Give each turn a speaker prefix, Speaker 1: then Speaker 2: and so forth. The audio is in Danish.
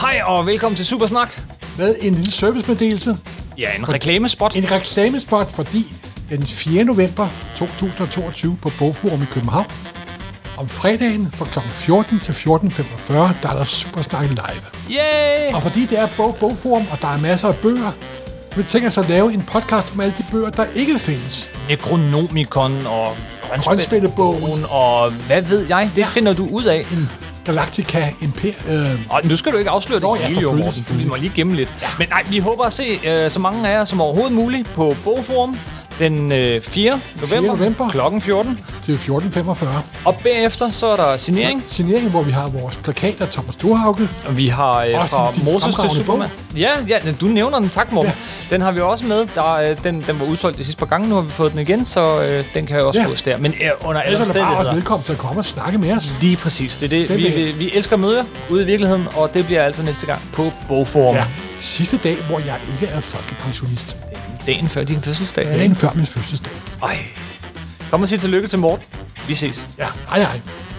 Speaker 1: Hej og velkommen til Supersnak.
Speaker 2: med en lille servicemeddelelse.
Speaker 1: Ja, en reklamespot.
Speaker 2: En reklamespot, fordi den 4. november 2022 på Bogforum i København, om fredagen fra kl. 14 til 14.45, der er der Supersnak live.
Speaker 1: Yay!
Speaker 2: Og fordi det er bog Bogforum, og der er masser af bøger, så vi tænker så at lave en podcast om alle de bøger, der ikke findes.
Speaker 1: Necronomicon og
Speaker 2: Grønspættebogen. Mm.
Speaker 1: og hvad ved jeg, det finder du ud af.
Speaker 2: Galactica Imperium. Øh,
Speaker 1: Og nu skal du ikke afsløre det
Speaker 2: Nå,
Speaker 1: Nå,
Speaker 2: ja,
Speaker 1: hele, jo, Morten,
Speaker 2: selvfølgelig,
Speaker 1: for vi
Speaker 2: selvfølgelig.
Speaker 1: må lige gemme lidt. Ja. Men nej, vi håber at se øh, så mange af jer som overhovedet muligt på Bogforum den øh, 4. november,
Speaker 2: november.
Speaker 1: klokken 14.
Speaker 2: til 14.45.
Speaker 1: Og bagefter så er der signering.
Speaker 2: Signering, hvor vi har vores plakat af Thomas Storhauke.
Speaker 1: Og Vi har øh,
Speaker 2: Også
Speaker 1: fra
Speaker 2: din- din
Speaker 1: Moses til
Speaker 2: fremragende
Speaker 1: Superman. Ja, ja, du nævner den. Tak, Morten. Ja. Den har vi også med. Der, øh, den, den var udsolgt de sidste par gange. Nu har vi fået den igen, så øh, den kan jo også
Speaker 2: Ja.
Speaker 1: ja. fås der. Men øh, under alle
Speaker 2: Ellers er du bare også
Speaker 1: omstændigheder...
Speaker 2: velkommen til at komme og snakke med os.
Speaker 1: Lige præcis. Det er det. Vi,
Speaker 2: Simpelthen.
Speaker 1: vi, vi elsker møder ude i virkeligheden, og det bliver altså næste gang på Bogforum.
Speaker 2: Ja.
Speaker 1: Ja.
Speaker 2: Sidste dag, hvor jeg ikke er folkepensionist.
Speaker 1: Dagen før din fødselsdag.
Speaker 2: Dagen før min fødselsdag.
Speaker 1: Ej. Kom og sig tillykke til Morten. Vi ses.
Speaker 2: Ja, hej hej.